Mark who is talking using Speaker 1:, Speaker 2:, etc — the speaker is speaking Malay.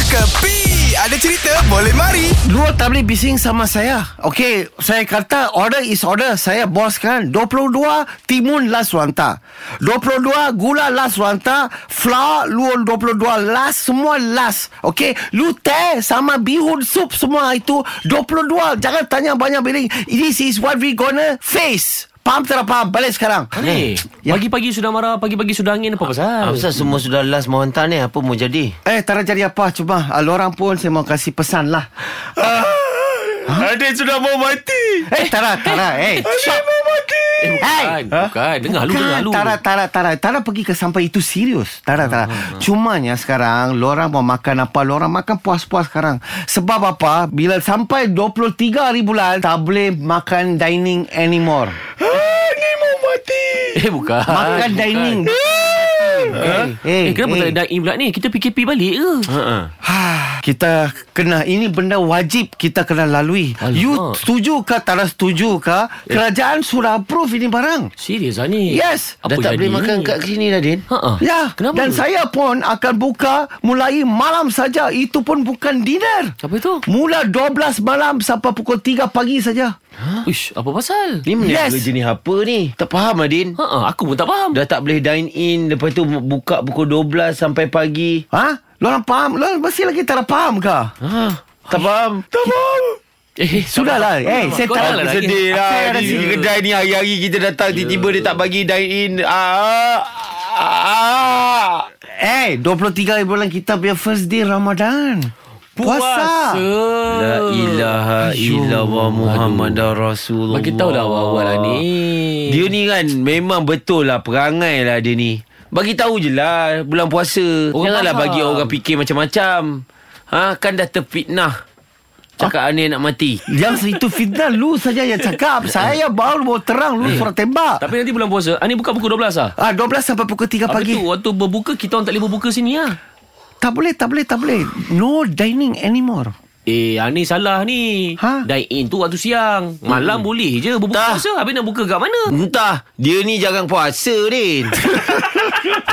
Speaker 1: Kepi Ada cerita boleh mari
Speaker 2: Dua tablet bising sama saya Okay Saya kata order is order Saya bos kan 22 timun las ranta 22 gula las ranta Flour lu 22 las Semua las Okay Lu teh sama bihun sup semua itu 22 Jangan tanya banyak bilik This is what we gonna face Faham tak faham Balik sekarang
Speaker 3: Ni,
Speaker 2: Ya.
Speaker 3: Eh, pagi-pagi sudah marah, pagi-pagi sudah angin apa pasal?
Speaker 4: Eh, Ah, Ustaz semua sudah last mau hantar ni Apa mau jadi
Speaker 2: Eh tak nak jadi apa Cuma uh, Lorang pun saya mau kasih pesan lah
Speaker 1: Ah. Adik sudah mau mati
Speaker 2: Eh Tara Tara Eh
Speaker 1: Adik mau mati
Speaker 3: Eh, bukan,
Speaker 2: Ha?
Speaker 3: bukan. Dengar lu, dengar
Speaker 2: Kan,
Speaker 3: lu.
Speaker 2: Tara, Tara, Tara Tara pergi ke sampai itu serius Tara, Tara
Speaker 3: Ah,
Speaker 2: Cumanya sekarang Lorang mau makan apa Lorang makan puas-puas sekarang Sebab apa Bila sampai 23 hari bulan Tak boleh makan dining anymore
Speaker 1: Adik mau mati
Speaker 3: Eh, bukan.
Speaker 2: Makan
Speaker 3: bukan.
Speaker 2: dining
Speaker 3: Eh, kenapa tak ada pula ni? Kita PKP balik ke?
Speaker 4: Ha.
Speaker 2: Ah, Kita kena Ini benda wajib Kita kena lalui
Speaker 3: Alamak. Eh.
Speaker 2: You setuju ke Tara setuju ke Kerajaan sudah approve ini barang
Speaker 3: Serius lah ni?
Speaker 2: Yes.
Speaker 4: Dah tak boleh makan kat sini dah Din
Speaker 3: Ha -ha.
Speaker 2: Ya
Speaker 3: Kenapa?
Speaker 2: Dan saya pun akan buka Mulai malam saja Itu pun bukan dinner
Speaker 3: Apa itu?
Speaker 2: Mula 12 malam Sampai pukul 3 pagi saja
Speaker 4: Ha?
Speaker 3: Uish, apa pasal?
Speaker 4: Ni
Speaker 2: Yes.
Speaker 4: mana yes. jenis apa ni Tak faham lah Din
Speaker 3: Ha -ha, aku pun tak faham.
Speaker 4: Dah tak boleh dine in Lepas tu buka pukul 12 sampai pagi
Speaker 2: Ha? Lorang faham? Lorang masih lagi tak ada faham ke?
Speaker 4: ha, Tak faham
Speaker 2: Tak faham
Speaker 3: Eh,
Speaker 2: Sudahlah Eh saya
Speaker 3: Kau
Speaker 2: tak
Speaker 3: dah lah lagi. Ya.
Speaker 4: Sedih lah
Speaker 2: Saya ada
Speaker 4: Di
Speaker 2: sini.
Speaker 4: kedai ni hari-hari kita datang Tiba-tiba dia tak bagi dine in ah, ah, ah.
Speaker 2: Eh 23 hari bulan kita punya first day Ramadan Puasa,
Speaker 4: La ilaha illallah Muhammad Rasulullah
Speaker 3: Bagi tahu lah awal-awal lah ni.
Speaker 4: Dia ni kan memang betul lah perangai lah dia ni. Bagi tahu je lah bulan puasa. Orang Janganlah
Speaker 3: faham.
Speaker 4: bagi orang fikir macam-macam. Ha kan dah terfitnah. Cakap aneh nak mati.
Speaker 2: Yang itu fitnah Lu saja yang cakap Saya baru mau terang Lu suruh tembak
Speaker 3: Tapi nanti bulan puasa, Ani buka pukul 12 lah.
Speaker 2: Ah 12 sampai pukul 3
Speaker 3: Apa
Speaker 2: pagi
Speaker 3: tu? Waktu berbuka, kita orang tak boleh berbuka sini lah.
Speaker 2: Tak boleh tak boleh tak boleh No dining anymore
Speaker 3: Eh, Ani salah ni.
Speaker 2: Ha? Hmm.
Speaker 3: Dine in tu waktu siang. Malam boleh je berbuka
Speaker 4: Dah.
Speaker 3: puasa. Habis nak buka kat mana?
Speaker 4: Entah, dia ni jarang puasa, Din.